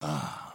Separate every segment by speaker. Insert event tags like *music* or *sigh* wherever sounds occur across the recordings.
Speaker 1: Ah,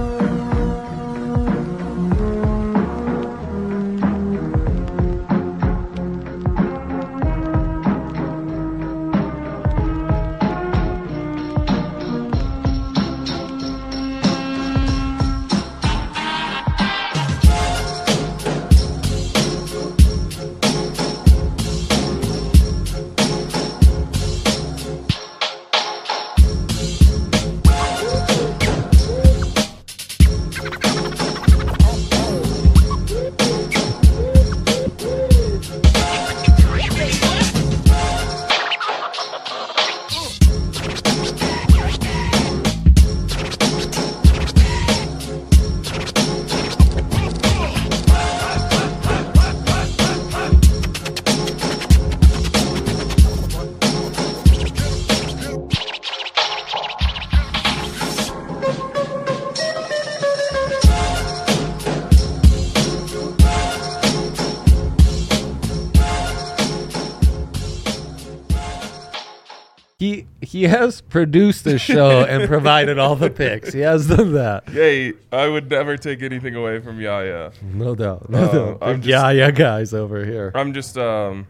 Speaker 2: He he has produced this show and provided all the picks. He has done that.
Speaker 3: Yay! I would never take anything away from Yaya.
Speaker 2: No doubt. No
Speaker 3: Uh,
Speaker 2: doubt.
Speaker 3: I'm
Speaker 2: Big
Speaker 3: just-
Speaker 2: yeah, yeah, guys over here.
Speaker 3: I'm just um,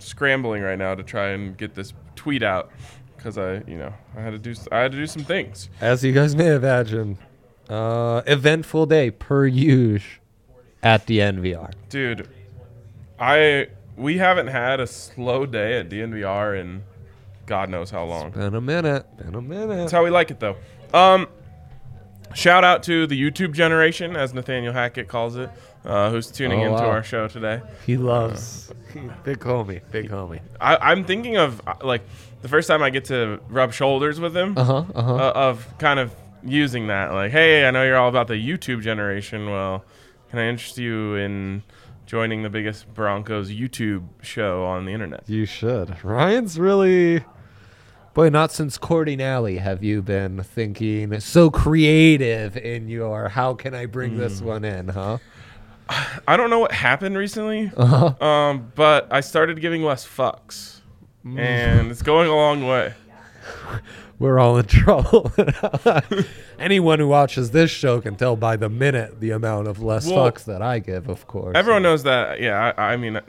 Speaker 3: scrambling right now to try and get this tweet out because I, you know, I had to do s- I had to do some things.
Speaker 2: As you guys may imagine, uh, eventful day per usual at the NVR.
Speaker 3: Dude, I we haven't had a slow day at DNVR in God knows how long.
Speaker 2: Been a minute. Been a
Speaker 3: That's
Speaker 2: minute.
Speaker 3: how we like it though. Um, shout out to the YouTube generation, as Nathaniel Hackett calls it, uh, who's tuning
Speaker 2: Oh,
Speaker 3: into
Speaker 2: wow.
Speaker 3: our show today.
Speaker 2: He loves
Speaker 3: Uh,
Speaker 2: big homie. Big homie.
Speaker 3: I, I'm thinking of uh, like the first time I get to rub shoulders with him
Speaker 2: Uh huh. Uh huh.
Speaker 3: uh, of kind of using that, like, hey, I know you're all about the YouTube generation. Well, can I interest you in joining the biggest Broncos YouTube show on the internet?
Speaker 2: You should. Ryan's really. Boy, not since courting Alley have you been thinking so creative in your how can I bring this
Speaker 3: Hmm.
Speaker 2: one in, huh?
Speaker 3: I don't know what happened recently, um, but I started giving less fucks, and it's going a long way.
Speaker 2: We're all in *laughs* trouble. Anyone who watches this show can tell by the minute the amount of less
Speaker 3: Well,
Speaker 2: fucks that I give, of course.
Speaker 3: Everyone knows that. Yeah, I, I mean,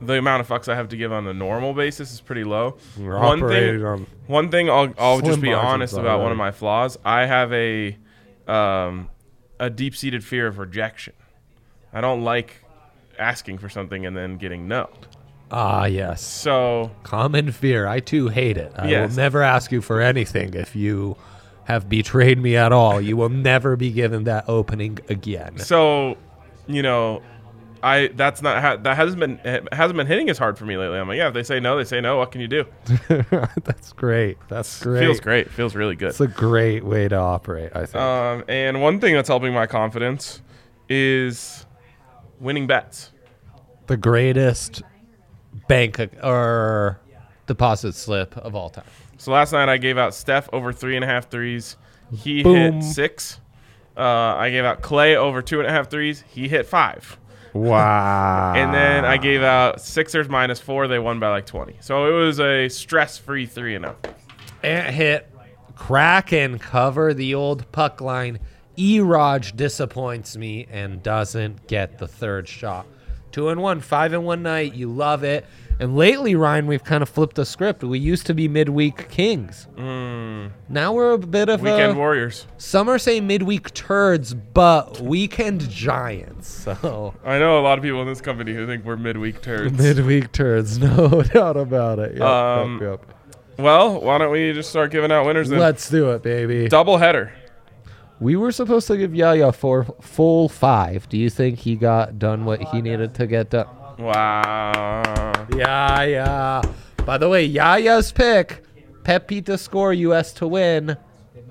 Speaker 3: the amount of fucks I have to give on a normal basis is pretty low.
Speaker 2: We're
Speaker 3: one
Speaker 2: operating
Speaker 3: thing,
Speaker 2: on
Speaker 3: one thing, I'll, I'll
Speaker 2: slim
Speaker 3: just be
Speaker 2: margins
Speaker 3: honest about one
Speaker 2: already.
Speaker 3: of my flaws. I have a um, a deep seated fear of rejection. I don't like asking for something and then getting no.
Speaker 2: Ah, yes.
Speaker 3: So
Speaker 2: Common fear. I too hate it. I
Speaker 3: Yes.
Speaker 2: will never ask you for anything if you have betrayed me at all. You will never be given that opening
Speaker 3: *laughs*
Speaker 2: again. *laughs*
Speaker 3: so you know i that's not ha- that hasn't been it hasn't been hitting as hard for me lately i'm like yeah if they say no they say no what can you do
Speaker 2: That's great. That's great.
Speaker 3: feels great feels really good
Speaker 2: It's a great way to operate, I think.
Speaker 3: um, and one thing that's helping my confidence is winning bets
Speaker 2: the greatest bank ac- or deposit slip of all time.
Speaker 3: so last night i gave out steph over three and a half threes he
Speaker 2: Boom.
Speaker 3: hit six uh, i gave out clay over two and a half threes he hit five
Speaker 2: *laughs* Wow.
Speaker 3: and then
Speaker 2: Ah.
Speaker 3: i gave out sixers minus four they won by like 20 so it was a stress-free three and oh. up
Speaker 2: Ant hit, crack and cover the old puck line. Eroj disappoints me and doesn't get the third shot. Two and one, five and one night. You love it. And lately, Ryan, we've kind of flipped the script. We used to be midweek kings. Now we're a bit of
Speaker 3: Hmm. Weekend
Speaker 2: a.
Speaker 3: Warriors.
Speaker 2: Some are saying midweek turds, but weekend giants.
Speaker 3: *laughs*
Speaker 2: So
Speaker 3: I know a lot of people in this company who think
Speaker 2: *laughs*
Speaker 3: we're midweek turds.
Speaker 2: midweek turds, *laughs* no doubt about it. Yep, yep,
Speaker 3: Um,
Speaker 2: yep.
Speaker 3: well, why don't we just start giving out winners then?
Speaker 2: Let's do it, baby.
Speaker 3: Double header.
Speaker 2: We were supposed to give Yaya four full five. Do you think he got done what he needed to get done?
Speaker 3: Wow.
Speaker 2: Yaya. By the way, Yaya's pick, Pepe to score, U.S. to win,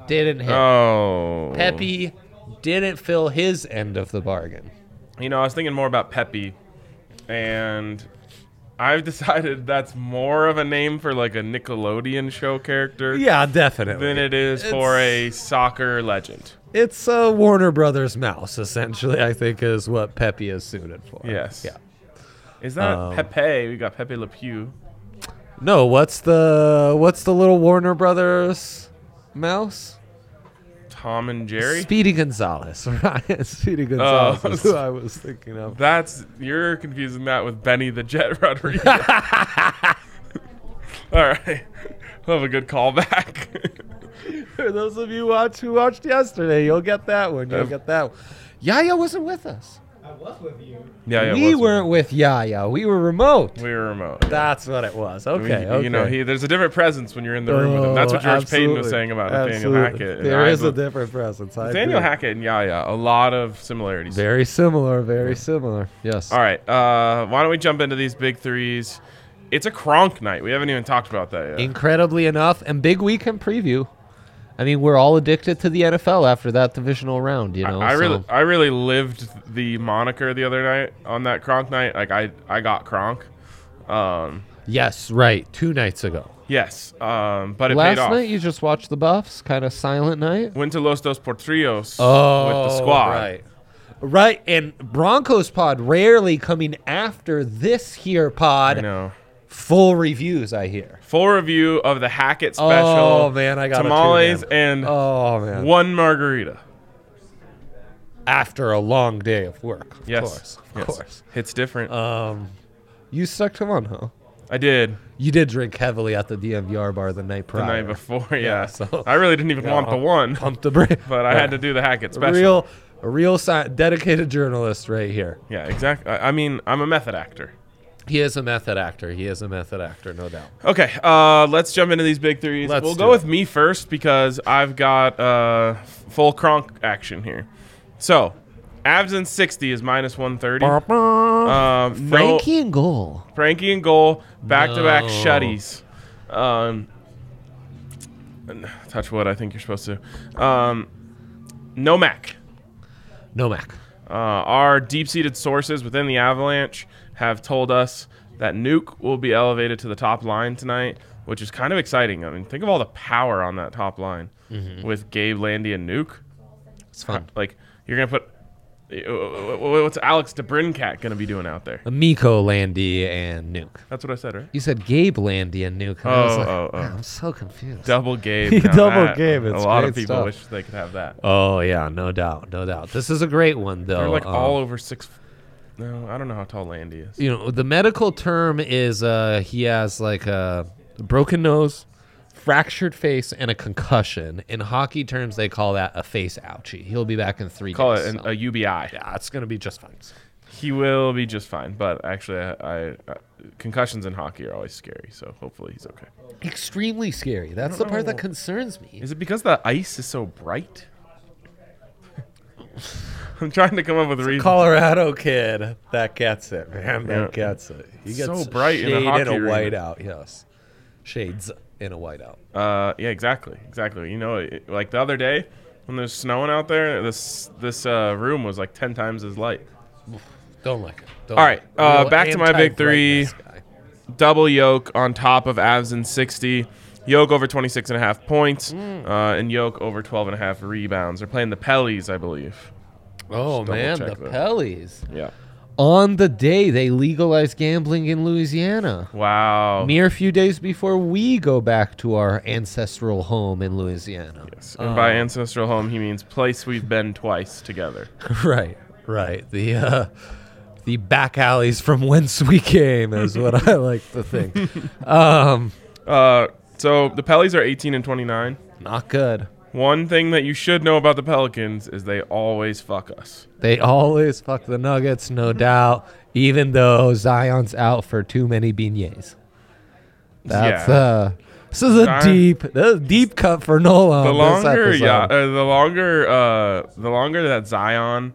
Speaker 2: didn't hit.
Speaker 3: Oh.
Speaker 2: Pepe didn't fill his end of the bargain.
Speaker 3: You know, I was thinking more about Peppy, and I've *laughs* decided that's more of a name for like a Nickelodeon show character
Speaker 2: Yeah, definitely.
Speaker 3: than it is for a soccer legend.
Speaker 2: It's a Warner Brothers mouse, essentially. I think is what Pepe is suited for.
Speaker 3: Yes.
Speaker 2: Yeah.
Speaker 3: Is that
Speaker 2: Um,
Speaker 3: Pepe? We got Pepe Le Pew.
Speaker 2: No, what's the what's the little Warner Brothers mouse?
Speaker 3: Tom and Jerry.
Speaker 2: Speedy
Speaker 3: *laughs*
Speaker 2: Gonzalez, right? Speedy Gonzalez
Speaker 3: Oh.
Speaker 2: is who I was thinking of.
Speaker 3: That's you're confusing that with Benny the
Speaker 2: *laughs*
Speaker 3: Jet *laughs* Rodriguez. All right, *laughs* we'll have a good callback.
Speaker 2: *laughs*
Speaker 3: *laughs*
Speaker 2: For those of you watch who watched yesterday, you'll get that one. You'll
Speaker 3: Um,
Speaker 2: get that one. Yaya wasn't with us.
Speaker 3: yeah, yeah,
Speaker 2: we
Speaker 3: what's-
Speaker 2: weren't with Yaya. We were remote.
Speaker 3: We were remote.
Speaker 2: That's what it was.
Speaker 3: I
Speaker 2: Okay.
Speaker 3: mean,
Speaker 2: okay.
Speaker 3: You know, he, there's a different presence when you're in the room with him. That's what
Speaker 2: Oh,
Speaker 3: George Payton was
Speaker 2: absolutely.
Speaker 3: saying about Nathaniel
Speaker 2: Oh, Absolutely.
Speaker 3: Hackett. and
Speaker 2: There
Speaker 3: I
Speaker 2: is a
Speaker 3: bel-
Speaker 2: different presence. I
Speaker 3: Nathaniel
Speaker 2: agree.
Speaker 3: Hackett and Yaya, a lot of similarities.
Speaker 2: Very similar. Very similar. Yes.
Speaker 3: All right, uh, why don't we jump into these big threes? It's a Kronk night. We haven't even talked about that yet.
Speaker 2: Incredibly enough, and big weekend preview. I mean, we're all addicted to the NFL after that divisional round. You know.
Speaker 3: I
Speaker 2: so-
Speaker 3: really, I really lived the moniker the other night on that Kronk night. Like I, I got Kronk. Um,
Speaker 2: Yes. Right. Two nights ago.
Speaker 3: yes, um, but it
Speaker 2: Last
Speaker 3: paid off.
Speaker 2: night you just watched the Buffs. Kind of silent night.
Speaker 3: Went to Los Dos Portrios with the
Speaker 2: Oh,
Speaker 3: squad.
Speaker 2: Right. Right, and Broncos pod rarely coming after this here
Speaker 3: I
Speaker 2: pod.
Speaker 3: know.
Speaker 2: Full reviews, I
Speaker 3: *laughs*
Speaker 2: hear.
Speaker 3: Full review of the Hackett special.
Speaker 2: Oh, man, I gotta tune
Speaker 3: tamales
Speaker 2: in.
Speaker 3: and
Speaker 2: Oh man!
Speaker 3: one margarita.
Speaker 2: After a long day of work, of
Speaker 3: Yes,
Speaker 2: course, of
Speaker 3: yes.
Speaker 2: course.
Speaker 3: It's different.
Speaker 2: Um, you stuck to one, huh?
Speaker 3: I did
Speaker 2: You did drink heavily at the DMVR bar the night
Speaker 3: the
Speaker 2: prior.
Speaker 3: night before. Yeah,
Speaker 2: so-
Speaker 3: I really didn't even want the one,
Speaker 2: Pump the brake.
Speaker 3: *laughs* but I had to do the Hackett
Speaker 2: a
Speaker 3: special.
Speaker 2: *laughs* real, a real si- dedicated journalist right here.
Speaker 3: Yeah, exactly. I I mean, I'm a method actor.
Speaker 2: He is a method actor. He is a method actor, no doubt.
Speaker 3: Okay, uh, let's jump into these big 3s
Speaker 2: Let's
Speaker 3: we'll
Speaker 2: do
Speaker 3: go
Speaker 2: it.
Speaker 3: with me first because I've got uh, full cronk action here. So, Avs in 60 is minus 130. Um, Uh, no-
Speaker 2: Frankie and goal.
Speaker 3: Frankie and goal, back to back
Speaker 2: No.
Speaker 3: shutties. Um, n- touch wood. I think you're supposed to. Um, no Mac.
Speaker 2: Nomak.
Speaker 3: Uh, our deep seated sources within the Avalanche have told us that Nuke will be elevated to the top line tonight, which is kind of exciting. I mean, think of all the power on that top line with Gabe Landy and Nuke.
Speaker 2: It's fun.
Speaker 3: Like, you're going to put. uh, What's Alex DeBrincat going to be doing out there?
Speaker 2: Miko Landy and Nuke.
Speaker 3: That's what I said, right?
Speaker 2: You said Gabe Landy and Nuke. and I was
Speaker 3: Oh,
Speaker 2: like,
Speaker 3: oh, oh.
Speaker 2: "Man, I'm so confused.
Speaker 3: Double Gabe.
Speaker 2: He
Speaker 3: Now
Speaker 2: double
Speaker 3: that-
Speaker 2: Gabe,
Speaker 3: a
Speaker 2: it's
Speaker 3: lot of
Speaker 2: great
Speaker 3: people
Speaker 2: stuff.
Speaker 3: wish they could have that.
Speaker 2: oh yeah, no doubt, no doubt. This is a great one though.
Speaker 3: They're like
Speaker 2: Um,
Speaker 3: all over six. No, I don't know how tall Landy is.
Speaker 2: you know, the medical term is uh, he has like a broken nose, fractured face, and a concussion. In hockey terms, they call that a face ouchie. He'll be back in three.
Speaker 3: Call it
Speaker 2: days,
Speaker 3: an,
Speaker 2: so-
Speaker 3: a UBI.
Speaker 2: yeah, it's gonna be just fine.
Speaker 3: He will be just fine. But actually, I, I, I concussions in hockey are always scary. So hopefully he's okay.
Speaker 2: Extremely scary. That's the part that
Speaker 3: know.
Speaker 2: concerns me.
Speaker 3: Is it because the ice is so bright? *laughs* I'm trying to come up with reasons.
Speaker 2: Colorado kid that gets it, man. That
Speaker 3: Yeah.
Speaker 2: gets it. He
Speaker 3: So
Speaker 2: gets
Speaker 3: bright in
Speaker 2: shade
Speaker 3: a
Speaker 2: in a,
Speaker 3: hockey arena.
Speaker 2: whiteout. Yes, shades in a whiteout.
Speaker 3: Uh, yeah, exactly, exactly. You know, it, like the other day when there's snowing out there, this this uh, room was like ten times as light.
Speaker 2: Don't like it. Don't
Speaker 3: All
Speaker 2: like
Speaker 3: right,
Speaker 2: it.
Speaker 3: uh,
Speaker 2: Real
Speaker 3: back to my big three.
Speaker 2: anti-brightness guy.
Speaker 3: double yoke on top of Avs in 60. Yoke over 26 and a half points uh, and Yoke over 12 and a half rebounds. They're playing the Pellies, I believe.
Speaker 2: Oh man, the
Speaker 3: check that.
Speaker 2: Pellies.
Speaker 3: Yeah.
Speaker 2: On the day they legalized gambling in Louisiana,
Speaker 3: Wow.
Speaker 2: mere few days before we go back to our ancestral home in *laughs* Louisiana.
Speaker 3: Yes. And
Speaker 2: Uh.
Speaker 3: by ancestral home, he means place we've been twice together.
Speaker 2: right, right. The uh, the back alleys from whence we came is what I like to *laughs* think. Um,
Speaker 3: Uh, so the Pellies are 18 and 29.
Speaker 2: not good.
Speaker 3: One thing that you should know about the Pelicans is they always fuck us.
Speaker 2: They always fuck the Nuggets, no
Speaker 3: Mm-hmm.
Speaker 2: doubt. Even though Zion's out for too many beignets. That's
Speaker 3: Yeah.
Speaker 2: uh, this is a
Speaker 3: Zion-
Speaker 2: deep, this is a deep cut for Nola.
Speaker 3: The
Speaker 2: on this
Speaker 3: longer,
Speaker 2: episode.
Speaker 3: yeah, uh, the longer, uh, the longer that Zion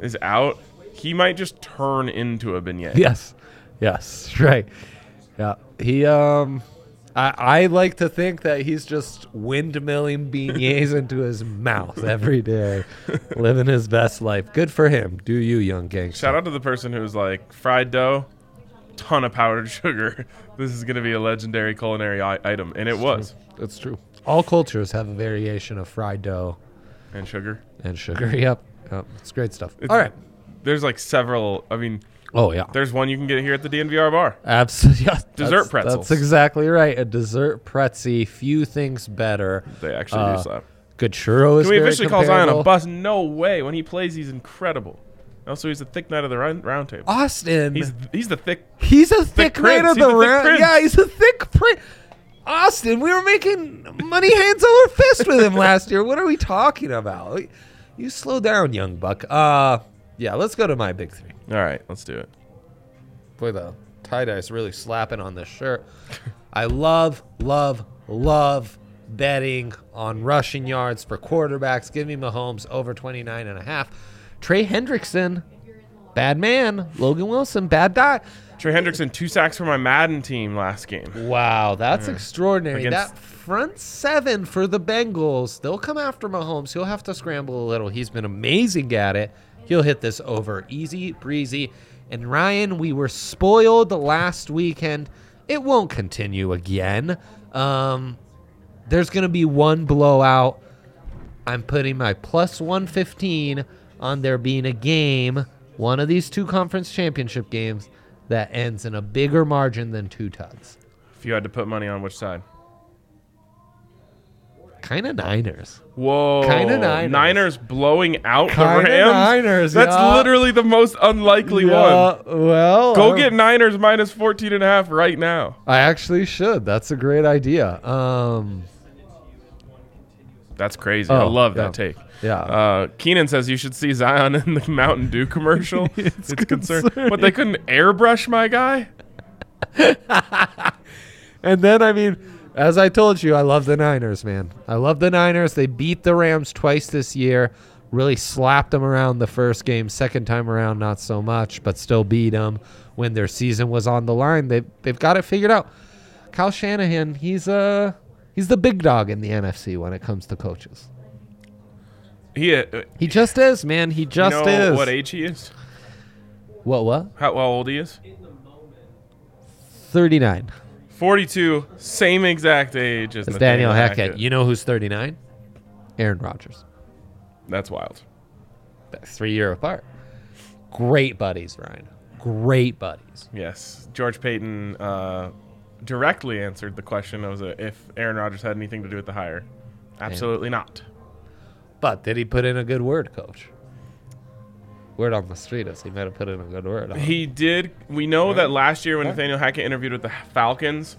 Speaker 3: is out, he might just turn into a beignet.
Speaker 2: Yes. Yes. *laughs* Right. Yeah. He um I, I like to think that he's just windmilling
Speaker 3: *laughs*
Speaker 2: beignets into his mouth every day, living his best life. Good for him. Do you, young gangster?
Speaker 3: Shout out to the person who's like fried dough, ton of powdered *laughs* sugar. This is gonna be a legendary culinary I- item, and it was.
Speaker 2: That's true. All cultures have a variation of fried dough
Speaker 3: And sugar.
Speaker 2: and sugar. *laughs* Yep. yep. It's great stuff. All right.
Speaker 3: There's like several. I mean,
Speaker 2: Oh yeah.
Speaker 3: there's one you can get here at the DNVR bar.
Speaker 2: Absolutely. *laughs* Yeah,
Speaker 3: Dessert
Speaker 2: that's,
Speaker 3: pretzels.
Speaker 2: That's exactly right. A dessert pretzel. Few things better.
Speaker 3: They actually
Speaker 2: Uh,
Speaker 3: do slap.
Speaker 2: Good churro is
Speaker 3: Can we
Speaker 2: very
Speaker 3: officially call Zion a
Speaker 2: comparable.
Speaker 3: bust? No way. When he plays, he's incredible. Also, he's the thick knight of the round, round table.
Speaker 2: Austin.
Speaker 3: He's he's the thick.
Speaker 2: He's a thick
Speaker 3: prince.
Speaker 2: man of
Speaker 3: He's
Speaker 2: the
Speaker 3: a thick
Speaker 2: round.
Speaker 3: prince.
Speaker 2: Yeah, he's a thick print. Austin, we were making money hands over fist with him last year. What are we talking about? You slow down, young buck. Uh, yeah, let's go to my big three.
Speaker 3: All right, let's do it.
Speaker 2: Boy, the tie dye's really slapping on this shirt. I love, love, love betting on rushing yards for quarterbacks. Give me Mahomes over 29 and a half. Trey Hendrickson, bad man. Logan Wilson, bad die.
Speaker 3: Trey Hendrickson two sacks for my Madden team last game.
Speaker 2: Wow, that's extraordinary.
Speaker 3: Against-
Speaker 2: that front seven for the Bengals, they'll come after Mahomes. He'll have to scramble a little. He's been amazing at it. He'll hit this over easy, breezy. And Ryan, we were spoiled last weekend. It won't continue again. Um, there's going to be one blowout. I'm putting my plus 115 on there being a game, one of these two conference championship games, that ends in a bigger margin than two tugs.
Speaker 3: If you had to put money on which side?
Speaker 2: Kind of Niners.
Speaker 3: Whoa!
Speaker 2: Kinda Niners.
Speaker 3: Niners blowing out
Speaker 2: Kinda
Speaker 3: the Rams.
Speaker 2: Niners,
Speaker 3: That's
Speaker 2: yeah. Uh-huh.
Speaker 3: literally the most unlikely one.
Speaker 2: well,
Speaker 3: Go get Niners minus 14 and a half right now.
Speaker 2: I actually should. That's a great idea. Um,
Speaker 3: That's crazy. I
Speaker 2: Oh,
Speaker 3: love
Speaker 2: yeah.
Speaker 3: that take.
Speaker 2: Yeah.
Speaker 3: Uh, Keenan says you should see Zion *laughs* in the Mountain
Speaker 2: *laughs*
Speaker 3: Dew commercial. it's concerned. But they couldn't airbrush my guy?
Speaker 2: and then I mean, as I told you, I love the Niners, man. I love the Niners. They beat the Rams twice this year. Really slapped them around the first game. Second time around, not so much, but still beat them when their season was on the line. They they've got it figured out. Kyle Shanahan, he's uh he's the big dog in the NFC when it comes to coaches.
Speaker 3: He, uh,
Speaker 2: He just is, man. He
Speaker 3: you
Speaker 2: just
Speaker 3: know
Speaker 2: is.
Speaker 3: what age he is?
Speaker 2: what what?
Speaker 3: How, how old he is?
Speaker 2: 39.
Speaker 3: 42, same exact age as
Speaker 2: It's
Speaker 3: Nathaniel
Speaker 2: Daniel Hackett.
Speaker 3: Hackett.
Speaker 2: You know who's 39? Aaron Rodgers.
Speaker 3: That's wild.
Speaker 2: Three year apart. Great buddies, Ryan. Great buddies.
Speaker 3: Yes. George Payton uh, directly answered the question of uh, if Aaron Rodgers had anything to do with the hire. Absolutely not.
Speaker 2: But did he put in a good word, coach? Word on the street is he might have put in a good word. on-
Speaker 3: He did. We know that last year when Nathaniel Hackett interviewed with the Falcons,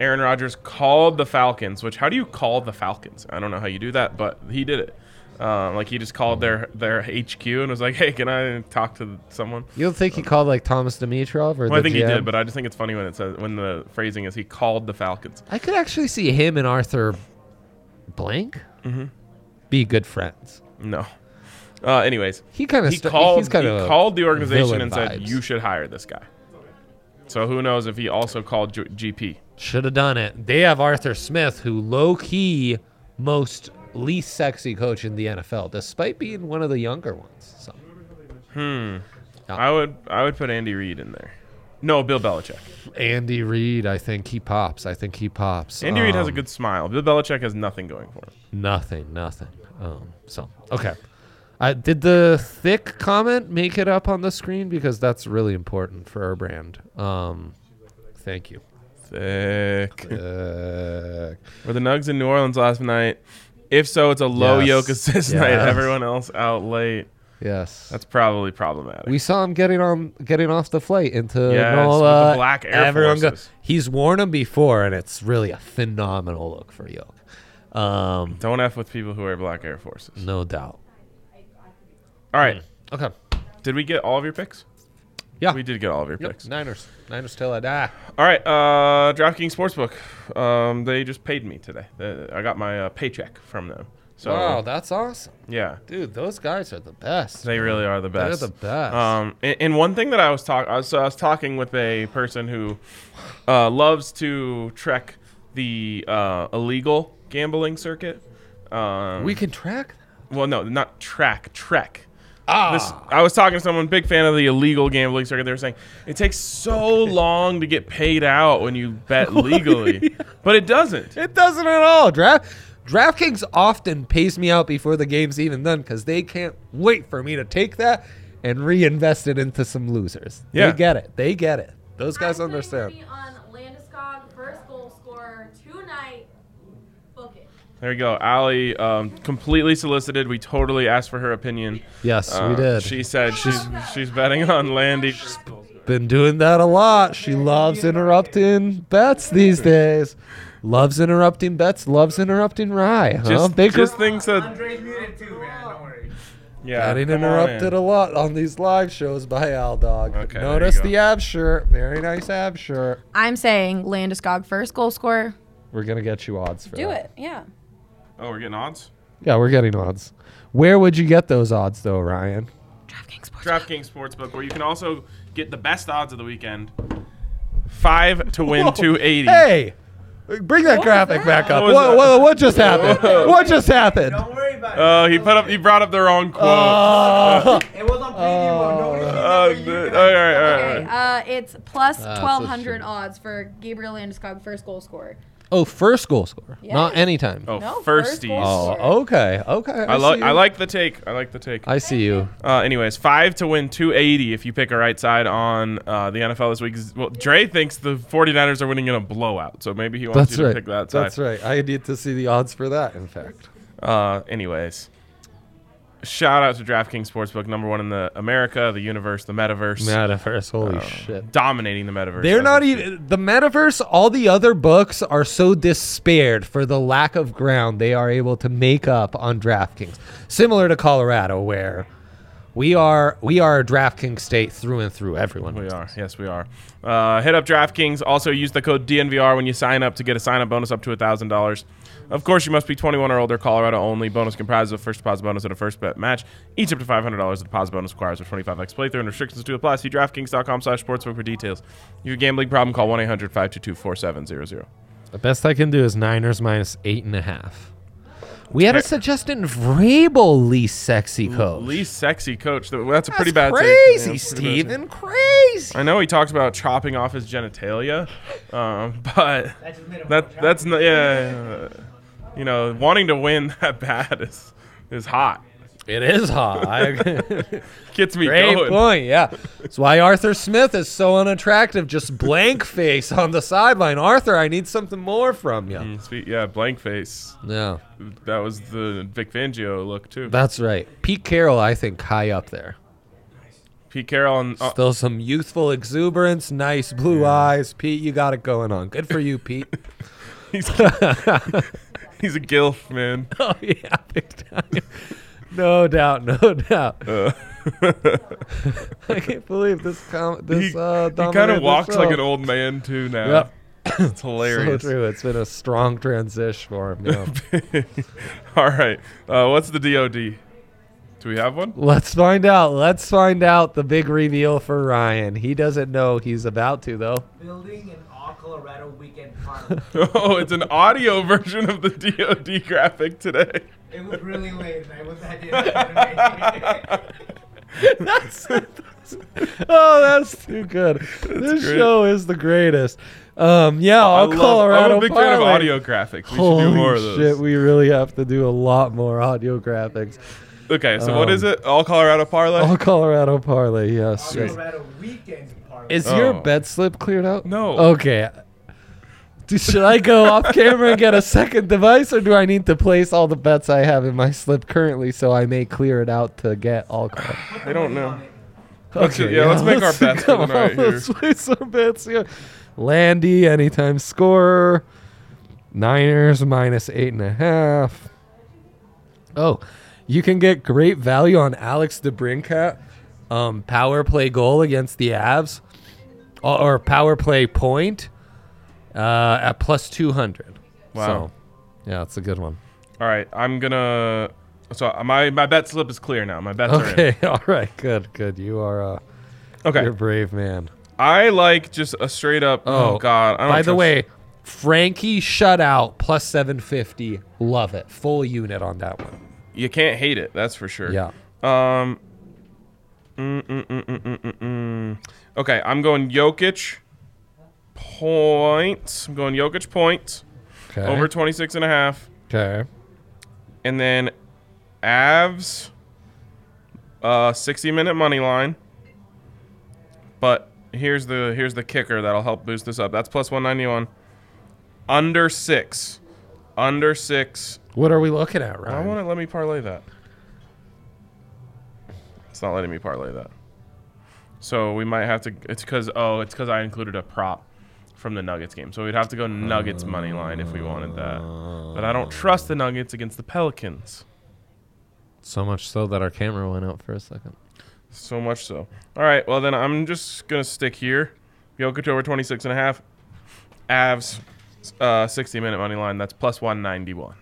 Speaker 3: Aaron Rodgers called the Falcons. Which how do you call the Falcons? I don't know how you do that, but he did it. Um, like he just called their their HQ and was like, *laughs* "Hey, can I talk to someone?"
Speaker 2: you don't think he called like Thomas Dimitrov or
Speaker 3: Well,
Speaker 2: the
Speaker 3: I think he
Speaker 2: GM?
Speaker 3: did, but I just think it's funny when it says when the phrasing is he called the Falcons.
Speaker 2: I could actually see him and Arthur Blank
Speaker 3: Mm-hmm.
Speaker 2: be good friends.
Speaker 3: No. Uh, anyways,
Speaker 2: He kind of
Speaker 3: he called
Speaker 2: he's kind
Speaker 3: he
Speaker 2: of
Speaker 3: called the organization
Speaker 2: villain
Speaker 3: and said
Speaker 2: vibes.
Speaker 3: you should hire this guy. So who knows if he also called G- GP?
Speaker 2: Should have done it. They have Arthur Smith, who low key most least sexy coach in the NFL, despite being one of the younger ones. So
Speaker 3: I would I would put Andy Reid in there. No, Bill Belichick.
Speaker 2: Andy Reid, I think he pops. I think he pops.
Speaker 3: Andy Reid has a
Speaker 2: Um,
Speaker 3: good smile. Bill Belichick has nothing going for him.
Speaker 2: nothing, nothing. Um, so okay. I did the thick comment make it up on the screen because that's really important for our brand. Um, thank you.
Speaker 3: Thick.
Speaker 2: Uh,
Speaker 3: Were the Nugs in New Orleans last night? If so, it's a low
Speaker 2: Yes.
Speaker 3: Yoke assist *laughs* night.
Speaker 2: Yes.
Speaker 3: Everyone else out late.
Speaker 2: Yes.
Speaker 3: That's probably problematic.
Speaker 2: we saw him getting on, getting off the flight into
Speaker 3: Yes, with the
Speaker 2: NOLA.
Speaker 3: black Air
Speaker 2: everyone go-
Speaker 3: Forces.
Speaker 2: He's worn them before, and it's really a phenomenal look for Yoke. Um,
Speaker 3: Don't f with people who wear black Air Forces.
Speaker 2: no doubt.
Speaker 3: All right.
Speaker 2: Okay.
Speaker 3: Did we get all of your picks?
Speaker 2: Yeah.
Speaker 3: We did get all of your
Speaker 2: Ah. Yep.
Speaker 3: picks.
Speaker 2: Niners. Niners till I die.
Speaker 3: All right, uh, DraftKings Sportsbook. Um, they just paid me today. They- I got my uh, paycheck from them. So
Speaker 2: wow, that's awesome,
Speaker 3: yeah,
Speaker 2: dude. Those guys are the best.
Speaker 3: they really are the best.
Speaker 2: They're the best.
Speaker 3: Um, and, and one thing that I was talking, I was, so I was talking with a person who uh, loves to trek the uh, illegal gambling circuit. Um,
Speaker 2: we can track. that.
Speaker 3: well, no, not track, trek.
Speaker 2: Ah,
Speaker 3: This, I was talking to someone, big fan of the illegal gambling circuit. They were saying it takes so long to get paid out when you
Speaker 2: *laughs*
Speaker 3: bet
Speaker 2: Oh,
Speaker 3: legally, but it doesn't.
Speaker 2: It doesn't at all. Draft DraftKings often pays me out before the game's even done because they can't wait for me to take that and reinvest it into some losers.
Speaker 3: Yeah.
Speaker 2: They get it. They get it. Those guys
Speaker 4: I'm going to
Speaker 2: understand.
Speaker 4: be on Landeskog, first goal scorer tonight. Book it.
Speaker 3: There you go. Allie um, completely solicited. We totally asked for her opinion.
Speaker 2: Yes,
Speaker 3: Uh,
Speaker 2: we did. Oh,
Speaker 3: She
Speaker 2: She's
Speaker 3: said she's she's betting on Landy.
Speaker 2: been doing that a lot. She loves interrupting bets these days. Loves interrupting bets. Loves interrupting Rye. Huh?
Speaker 3: Just,
Speaker 2: Baker
Speaker 3: just thinks that
Speaker 5: Andre's muted too, man. Don't worry.
Speaker 3: yeah.
Speaker 2: getting
Speaker 3: come on
Speaker 2: interrupted
Speaker 3: in.
Speaker 2: a lot on these live shows by Al Dog.
Speaker 3: Okay, there you
Speaker 2: Notice
Speaker 3: go.
Speaker 2: the ab shirt. Very nice ab shirt.
Speaker 4: I'm saying Landeskog, first goal scorer.
Speaker 2: We're gonna get you odds for
Speaker 4: Do
Speaker 2: that.
Speaker 4: it. Yeah.
Speaker 3: Oh, we're getting odds.
Speaker 2: Yeah, we're getting odds. Where would you get those odds though, Ryan?
Speaker 4: DraftKings Sports.
Speaker 3: DraftKings Sportsbook, where you can also get the best odds of the weekend. Five to win two eighty.
Speaker 2: Hey, bring that graphic back up.
Speaker 3: What was
Speaker 2: What,
Speaker 3: that?
Speaker 2: what, what just happened? What just happened?
Speaker 5: Don't worry about
Speaker 3: Oh, he put up. He brought up the wrong quote.
Speaker 2: Oh.
Speaker 5: it. It was on preview mode. Don't worry.
Speaker 3: Oh,
Speaker 5: Remember you
Speaker 3: dude.
Speaker 5: guys-
Speaker 3: all right, all right, all
Speaker 4: Okay,
Speaker 3: right.
Speaker 4: uh, it's plus
Speaker 2: Ah, that's a
Speaker 4: 1,200
Speaker 2: shame.
Speaker 4: odds for Gabriel Landeskog, first goal scorer.
Speaker 2: oh, first goal scorer,
Speaker 4: Yeah.
Speaker 2: not anytime.
Speaker 3: Oh,
Speaker 4: No, first
Speaker 3: firsties.
Speaker 4: goal.
Speaker 2: Oh, okay, okay.
Speaker 3: I
Speaker 2: see
Speaker 3: like. I
Speaker 2: you.
Speaker 3: like the take. I like the take.
Speaker 2: I see you.
Speaker 3: Uh, anyways, five to win 280 if you pick a right side on uh, the NFL this week. Well, Dre thinks the 49ers are winning in a blowout, so maybe he wants
Speaker 2: That's
Speaker 3: you to
Speaker 2: right.
Speaker 3: pick that side.
Speaker 2: That's right. I need to see the odds for that. In fact,
Speaker 3: Uh, anyways, shout out to DraftKings Sportsbook, number one in the America, the universe, the metaverse,
Speaker 2: metaverse.
Speaker 3: Oh.
Speaker 2: Holy shit.
Speaker 3: dominating the metaverse.
Speaker 2: They're
Speaker 3: as
Speaker 2: not
Speaker 3: we
Speaker 2: even the metaverse. All the other books are so despaired for the lack of ground they are able to make up on DraftKings, similar to Colorado, where we are we are a DraftKings state through and through. Everyone,
Speaker 3: We are. Yes, we are. Uh, hit up DraftKings. Also, use the code DNVR when you sign up to get a sign up bonus up to $1,000. Of course, you must be 21 or older, Colorado only. Bonus comprises of first deposit bonus and a first bet match. Each up to $500. The deposit bonus requires a 25x playthrough and restrictions to apply. See DraftKings.com slash sportsbook for details. If you have a gambling problem, call 1 800 522 4700.
Speaker 2: The best I can do is Niners minus eight and a half. We had a suggestion Vrabel least sexy coach.
Speaker 3: Least sexy coach. Th- That's a
Speaker 2: That's
Speaker 3: pretty bad take.
Speaker 2: crazy,
Speaker 3: Yeah, that's a pretty bad
Speaker 2: Steven.
Speaker 3: take.
Speaker 2: Crazy.
Speaker 3: I know he talks about chopping off his genitalia, um, *laughs* but.
Speaker 5: That just made a
Speaker 3: That that's not yeah, yeah, yeah. You know, wanting to win *laughs* that bad is is hot.
Speaker 2: It is hot.
Speaker 3: *laughs*
Speaker 2: I
Speaker 3: Gets me
Speaker 2: Great
Speaker 3: going.
Speaker 2: point. Yeah, that's why Arthur Smith is so unattractive. Just blank face on the sideline. Arthur, I need something more from you.
Speaker 3: Mm, Sweet, yeah, blank face.
Speaker 2: No,
Speaker 3: That was the Vic Fangio look too.
Speaker 2: that's right. Pete Carroll, I think, high up there.
Speaker 3: Pete Carroll and uh,
Speaker 2: Still some youthful exuberance, nice blue eyes. Pete, you got it going on. Good for you,
Speaker 3: *laughs*
Speaker 2: Pete. *laughs*
Speaker 3: he's he's a gilf man.
Speaker 2: oh yeah, big time. No doubt, no doubt. *laughs*
Speaker 3: Uh,
Speaker 2: I can't believe this. Com-
Speaker 3: he
Speaker 2: this uh,
Speaker 3: kind
Speaker 2: dominated
Speaker 3: of
Speaker 2: the
Speaker 3: walks like
Speaker 2: show.
Speaker 3: an old man too now.
Speaker 2: Yep.
Speaker 3: *laughs* It's
Speaker 2: So
Speaker 3: hilarious.
Speaker 2: true. It's been a strong transition for him. Yeah.
Speaker 3: All right, uh, what's the DOD? Do we have
Speaker 2: *laughs*
Speaker 3: one? *laughs*
Speaker 2: Let's find out. Let's find out the big reveal for Ryan. He doesn't know he's about to though. *laughs*
Speaker 3: *laughs*
Speaker 5: Building an all Colorado weekend party.
Speaker 3: Oh, it's an audio version of the DOD graphic today.
Speaker 5: it was really late. and I was *laughs* I didn't-
Speaker 2: That's *laughs* Oh, that's too good. this
Speaker 3: great. Oh,
Speaker 2: show is the greatest. Um yeah,
Speaker 3: I
Speaker 2: all
Speaker 3: love-
Speaker 2: Colorado.
Speaker 3: I'm a big fan of
Speaker 2: parlay.
Speaker 3: audio graphics. We
Speaker 2: Holy
Speaker 3: should do more of
Speaker 2: shit,
Speaker 3: those.
Speaker 2: we really have to do a lot more audio graphics.
Speaker 3: Okay, so what is it? All Colorado parlay?
Speaker 2: Oh. All Colorado parlay, yes.
Speaker 5: All Colorado weekend party.
Speaker 2: Is
Speaker 3: Oh.
Speaker 2: your bed slip cleared out?
Speaker 3: No.
Speaker 2: Okay. Do- Should I go off camera and get a second device, or do I need to place all the bets I have in my slip currently so I may clear it out to get all correct?
Speaker 3: I don't know.
Speaker 2: Okay,
Speaker 3: yeah, let's make our bets for
Speaker 2: come
Speaker 3: the night
Speaker 2: on,
Speaker 3: here.
Speaker 2: Let's play some bets. Yeah. Landy, anytime scorer. Niners minus eight and a half. Oh, you can get great value on Alex DeBrincat. Um, power play goal against the Avs, or, or power play point uh, at plus two hundred.
Speaker 3: Wow.
Speaker 2: So, yeah, it's a good one.
Speaker 3: All right, I'm gonna. So my my bet slip is clear now. My bets are in.
Speaker 2: Okay, *laughs* all right, good, good. You are uh,
Speaker 3: Okay,
Speaker 2: you're a brave man.
Speaker 3: I like just a straight up. Oh, God! I don't
Speaker 2: by the
Speaker 3: trust-
Speaker 2: way, Frankie shutout plus seven fifty. Love it. Full unit on that one.
Speaker 3: you can't hate it. That's for sure.
Speaker 2: Yeah.
Speaker 3: Um. mm, mm, mm, mm, mm, mm, mm. Okay, I'm going Jokic points. I'm going Jokic points
Speaker 2: Okay.
Speaker 3: over 26 and a half.
Speaker 2: okay.
Speaker 3: And then Avs uh 60 minute money line. But here's the here's the kicker that'll help boost this up. That's plus 191. Under 6. Under 6.
Speaker 2: What are we looking at,
Speaker 3: Why
Speaker 2: Ryan?
Speaker 3: won't it let me parlay that? It's not letting me parlay that. So we might have to. It's because oh, it's because I included a prop from the Nuggets game. So we'd have to go Nuggets money line if we wanted that. But I don't trust the Nuggets against the Pelicans.
Speaker 2: So much so that our camera went out for a second.
Speaker 3: So much so. All right. Well then, I'm just gonna stick here. Jokic over 26 and a half. Avs, uh, 60 minute money line. That's plus 191.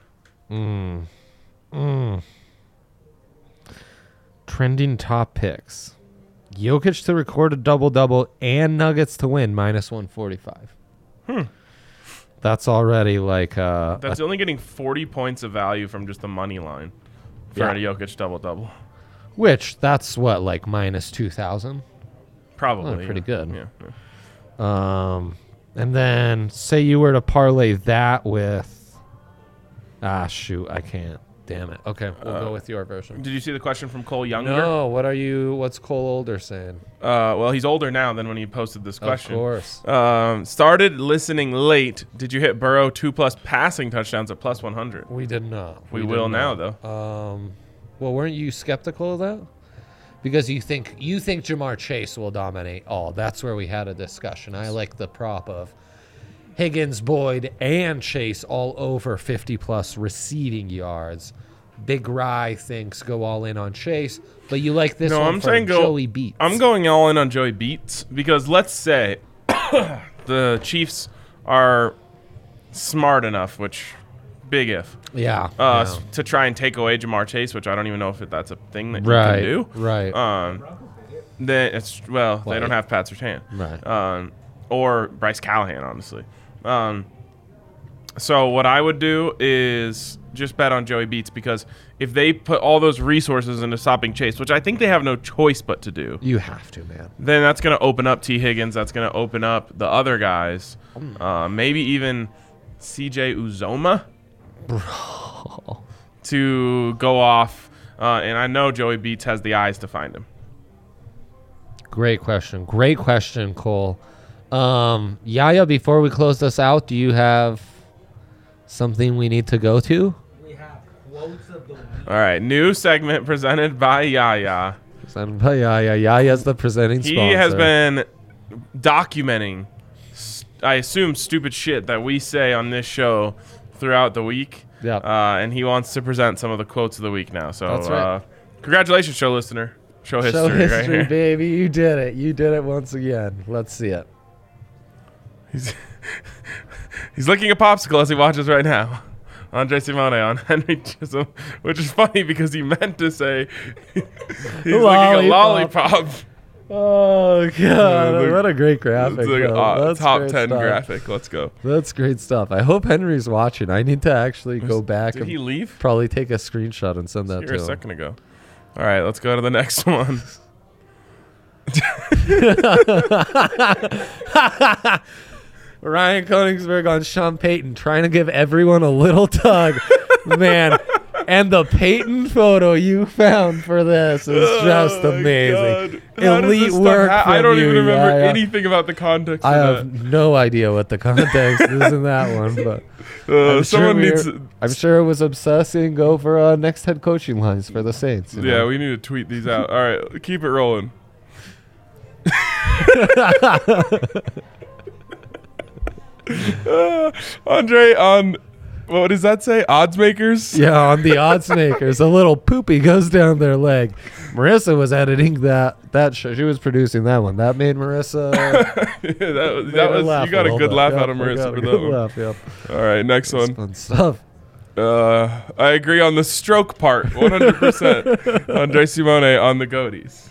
Speaker 2: Trending top picks. Jokic to record a double double and Nuggets to win minus one forty five. Hmm. That's already like uh,
Speaker 3: That's only getting 40 points of value from just the money line for
Speaker 2: Yeah.
Speaker 3: a Jokic double double.
Speaker 2: which that's what like minus two thousand.
Speaker 3: Probably.
Speaker 2: Oh, pretty
Speaker 3: yeah.
Speaker 2: good.
Speaker 3: Yeah. yeah.
Speaker 2: Um, and then say you were to parlay that with, ah, shoot, I can't. Damn it. Okay, we'll
Speaker 3: Uh,
Speaker 2: go with your version.
Speaker 3: Did you see the question from Cole Younger?
Speaker 2: No, what are you? What's Cole Older saying?
Speaker 3: Uh, well, he's older now than when he posted this question.
Speaker 2: Of course.
Speaker 3: Um, started listening late. Did you hit Burrow two plus passing touchdowns at plus 100?
Speaker 2: We did not.
Speaker 3: We,
Speaker 2: did
Speaker 3: will now,
Speaker 2: not.
Speaker 3: though.
Speaker 2: Um, well, weren't you skeptical of that? Because you think you think Jamar Chase will dominate all. That's where we had a discussion. I like the prop of Higgins, Boyd, and Chase all over 50 plus receiving yards. Big Rye thinks go all in on Chase, but you like this
Speaker 3: No,
Speaker 2: one
Speaker 3: I'm
Speaker 2: for
Speaker 3: saying go-
Speaker 2: Joey Beats.
Speaker 3: I'm going all in on Joey Beats because let's say *coughs* the Chiefs are smart enough, which big if,
Speaker 2: Yeah.
Speaker 3: uh,
Speaker 2: yeah.
Speaker 3: s- to try and take away Jamar Chase, which I don't even know if it, that's a thing that
Speaker 2: Right.
Speaker 3: you can do.
Speaker 2: Right.
Speaker 3: Um, then it's well, they don't
Speaker 2: Like-
Speaker 3: have Pat Sertan,
Speaker 2: Right.
Speaker 3: Um, or Bryce Callahan, honestly. Um, so what I would do is just bet on Joey Beats because if they put all those resources into stopping Chase, which I think they have no choice but to do,
Speaker 2: you have to, man.
Speaker 3: then that's going to open up T. Higgins. That's going to open up the other guys. Uh, maybe even C.J. Uzoma to go off. Uh, and I know Joey Beats has the eyes to find him.
Speaker 2: Great question. Great question, Cole. Um, Yaya, before we close this out, do you have something we need to go to?
Speaker 5: We have quotes of the week.
Speaker 3: All right, new segment *laughs* presented by Yaya.
Speaker 2: Presented by Yaya. Yaya's the presenting
Speaker 3: He
Speaker 2: sponsor.
Speaker 3: has been documenting, s- I assume, stupid shit that we say on this show throughout the week.
Speaker 2: Yep.
Speaker 3: Uh, and he wants to present some of the quotes of the week now. So,
Speaker 2: That's right.
Speaker 3: uh, congratulations, show listener. Show history,
Speaker 2: Show
Speaker 3: right
Speaker 2: history,
Speaker 3: here.
Speaker 2: baby. You did it. You did it once again. Let's see it.
Speaker 3: He's, he's licking a popsicle as he watches right now. *laughs* Andre Simone on *laughs* Henry Chisholm, which is funny because he meant to say *laughs* he's licking a
Speaker 2: Lollipop.
Speaker 3: lollipop.
Speaker 2: Oh god!
Speaker 3: look-
Speaker 2: what a great graphic.
Speaker 3: It's like,
Speaker 2: though.
Speaker 3: uh,
Speaker 2: That's
Speaker 3: top
Speaker 2: great
Speaker 3: 10
Speaker 2: stuff.
Speaker 3: graphic. Let's go.
Speaker 2: That's great stuff. I hope Henry's watching. I need to actually go back
Speaker 3: Did
Speaker 2: and
Speaker 3: he leave?
Speaker 2: probably take a screenshot and send that
Speaker 3: Here a
Speaker 2: to him.
Speaker 3: second ago. All right, let's go to the next *laughs* one. *laughs*
Speaker 2: Ryan Konigsberg on Sean Payton trying to give everyone a little tug. Man, and the Peyton photo you found for this is just
Speaker 3: Oh my
Speaker 2: amazing.
Speaker 3: God. How did this
Speaker 2: Elite
Speaker 3: stuff
Speaker 2: work.
Speaker 3: ha- I
Speaker 2: from
Speaker 3: don't
Speaker 2: you,
Speaker 3: even remember
Speaker 2: Yaya.
Speaker 3: anything about the context.
Speaker 2: I
Speaker 3: of
Speaker 2: have no idea what the context is in that
Speaker 3: *laughs*
Speaker 2: one, but
Speaker 3: that. Uh,
Speaker 2: I'm,
Speaker 3: someone
Speaker 2: sure we
Speaker 3: needs.
Speaker 2: were- I'm sure it was obsessing over uh, next head coaching lines for the Saints. you
Speaker 3: yeah,
Speaker 2: know?
Speaker 3: we need to tweet these out. All right, keep it rolling.
Speaker 2: *laughs*
Speaker 3: Uh, Andre on what does that say? Odds
Speaker 2: *laughs*
Speaker 3: makers.
Speaker 2: yeah, on the odds makers, a little poopy goes down their leg. Marissa was editing that that show. She was producing that one. That made
Speaker 3: *laughs*
Speaker 2: Marissa.
Speaker 3: *laughs* that was,
Speaker 2: made
Speaker 3: that
Speaker 2: her
Speaker 3: was
Speaker 2: laugh
Speaker 3: you got a
Speaker 2: little
Speaker 3: good
Speaker 2: bit.
Speaker 3: laugh
Speaker 2: Yep,
Speaker 3: out of
Speaker 2: I
Speaker 3: Marissa
Speaker 2: got a
Speaker 3: for that
Speaker 2: good
Speaker 3: one.
Speaker 2: laugh, yep.
Speaker 3: All right, next
Speaker 2: It's
Speaker 3: one.
Speaker 2: fun stuff.
Speaker 3: Uh, I agree on the stroke part, 100%. Andre Simone on the goatees.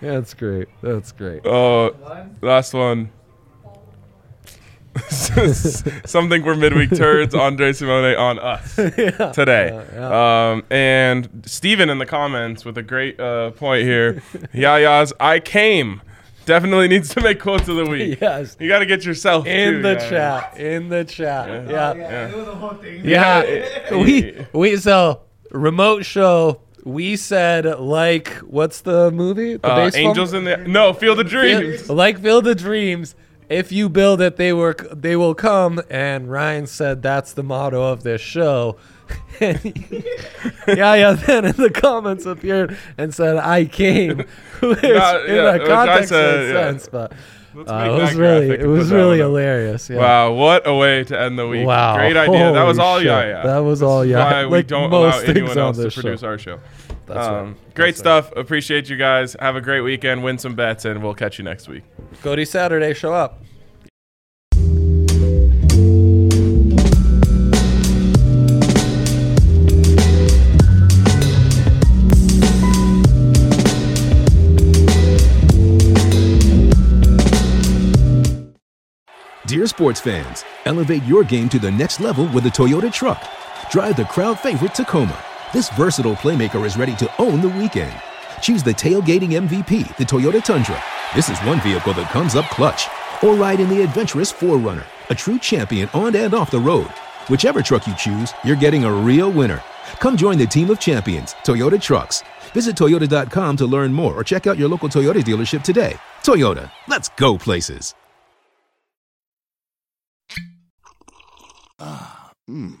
Speaker 2: That's great. That's
Speaker 3: *laughs*
Speaker 2: great.
Speaker 3: Oh, last one. *laughs* Something we're midweek turds. Andre Simone on us today. Um, and Steven in the comments with a great uh, point here. Yaya's I came definitely needs to make quotes of the
Speaker 2: *laughs*
Speaker 3: week.
Speaker 2: Yes.
Speaker 3: You got to get yourself
Speaker 2: In
Speaker 3: too,
Speaker 2: the
Speaker 3: Yaya.
Speaker 2: chat. In the chat.
Speaker 5: Yeah,
Speaker 2: Oh, yeah.
Speaker 5: I knew the whole thing.
Speaker 2: Yeah, we we so remote show. We said like what's the movie? The
Speaker 3: Uh,
Speaker 2: baseball-
Speaker 3: angels in the no field of dreams.
Speaker 2: like Field of Dreams. If you build it, they were they will come. And Ryan said that's the motto of this show. *laughs*
Speaker 3: *laughs*
Speaker 2: yeah, yeah. Then in the comments appeared and said I
Speaker 3: *laughs*
Speaker 2: came, *laughs* which
Speaker 3: Yeah,
Speaker 2: in
Speaker 3: yeah,
Speaker 2: that
Speaker 3: which I
Speaker 2: context
Speaker 3: said,
Speaker 2: made
Speaker 3: yeah.
Speaker 2: sense, but
Speaker 3: Let's
Speaker 2: uh,
Speaker 3: make
Speaker 2: it was
Speaker 3: that
Speaker 2: really
Speaker 3: graphic
Speaker 2: it
Speaker 3: and
Speaker 2: was
Speaker 3: put that
Speaker 2: really
Speaker 3: on up.
Speaker 2: hilarious. Yeah.
Speaker 3: Wow, what a way to end the week.
Speaker 2: Wow.
Speaker 3: Great idea. that was
Speaker 2: Holy
Speaker 3: all
Speaker 2: shit.
Speaker 3: Yaya.
Speaker 2: That was
Speaker 3: This
Speaker 2: all
Speaker 3: is
Speaker 2: Yaya.
Speaker 3: Why we
Speaker 2: Like
Speaker 3: don't
Speaker 2: most
Speaker 3: allow anyone
Speaker 2: things on
Speaker 3: else to
Speaker 2: this show.
Speaker 3: produce our show.
Speaker 2: That's
Speaker 3: Um,
Speaker 2: right.
Speaker 3: Great
Speaker 2: That's right.
Speaker 3: stuff. Appreciate you guys. Have a great weekend. Win some bets, and we'll catch you next week.
Speaker 2: Cody Saturday, show up.
Speaker 6: Dear sports fans, elevate your game to the next level with the Toyota truck. Drive the crowd favorite Tacoma. This versatile playmaker is ready to own the weekend. Choose the tailgating MVP, the Toyota Tundra. This is one vehicle that comes up clutch. Or ride in the adventurous Forerunner, a true champion on and off the road. Whichever truck you choose, you're getting a real winner. Come join the team of champions, Toyota Trucks. Visit Toyota.com to learn more or check out your local Toyota dealership today. Toyota, let's go places.
Speaker 1: Mmm.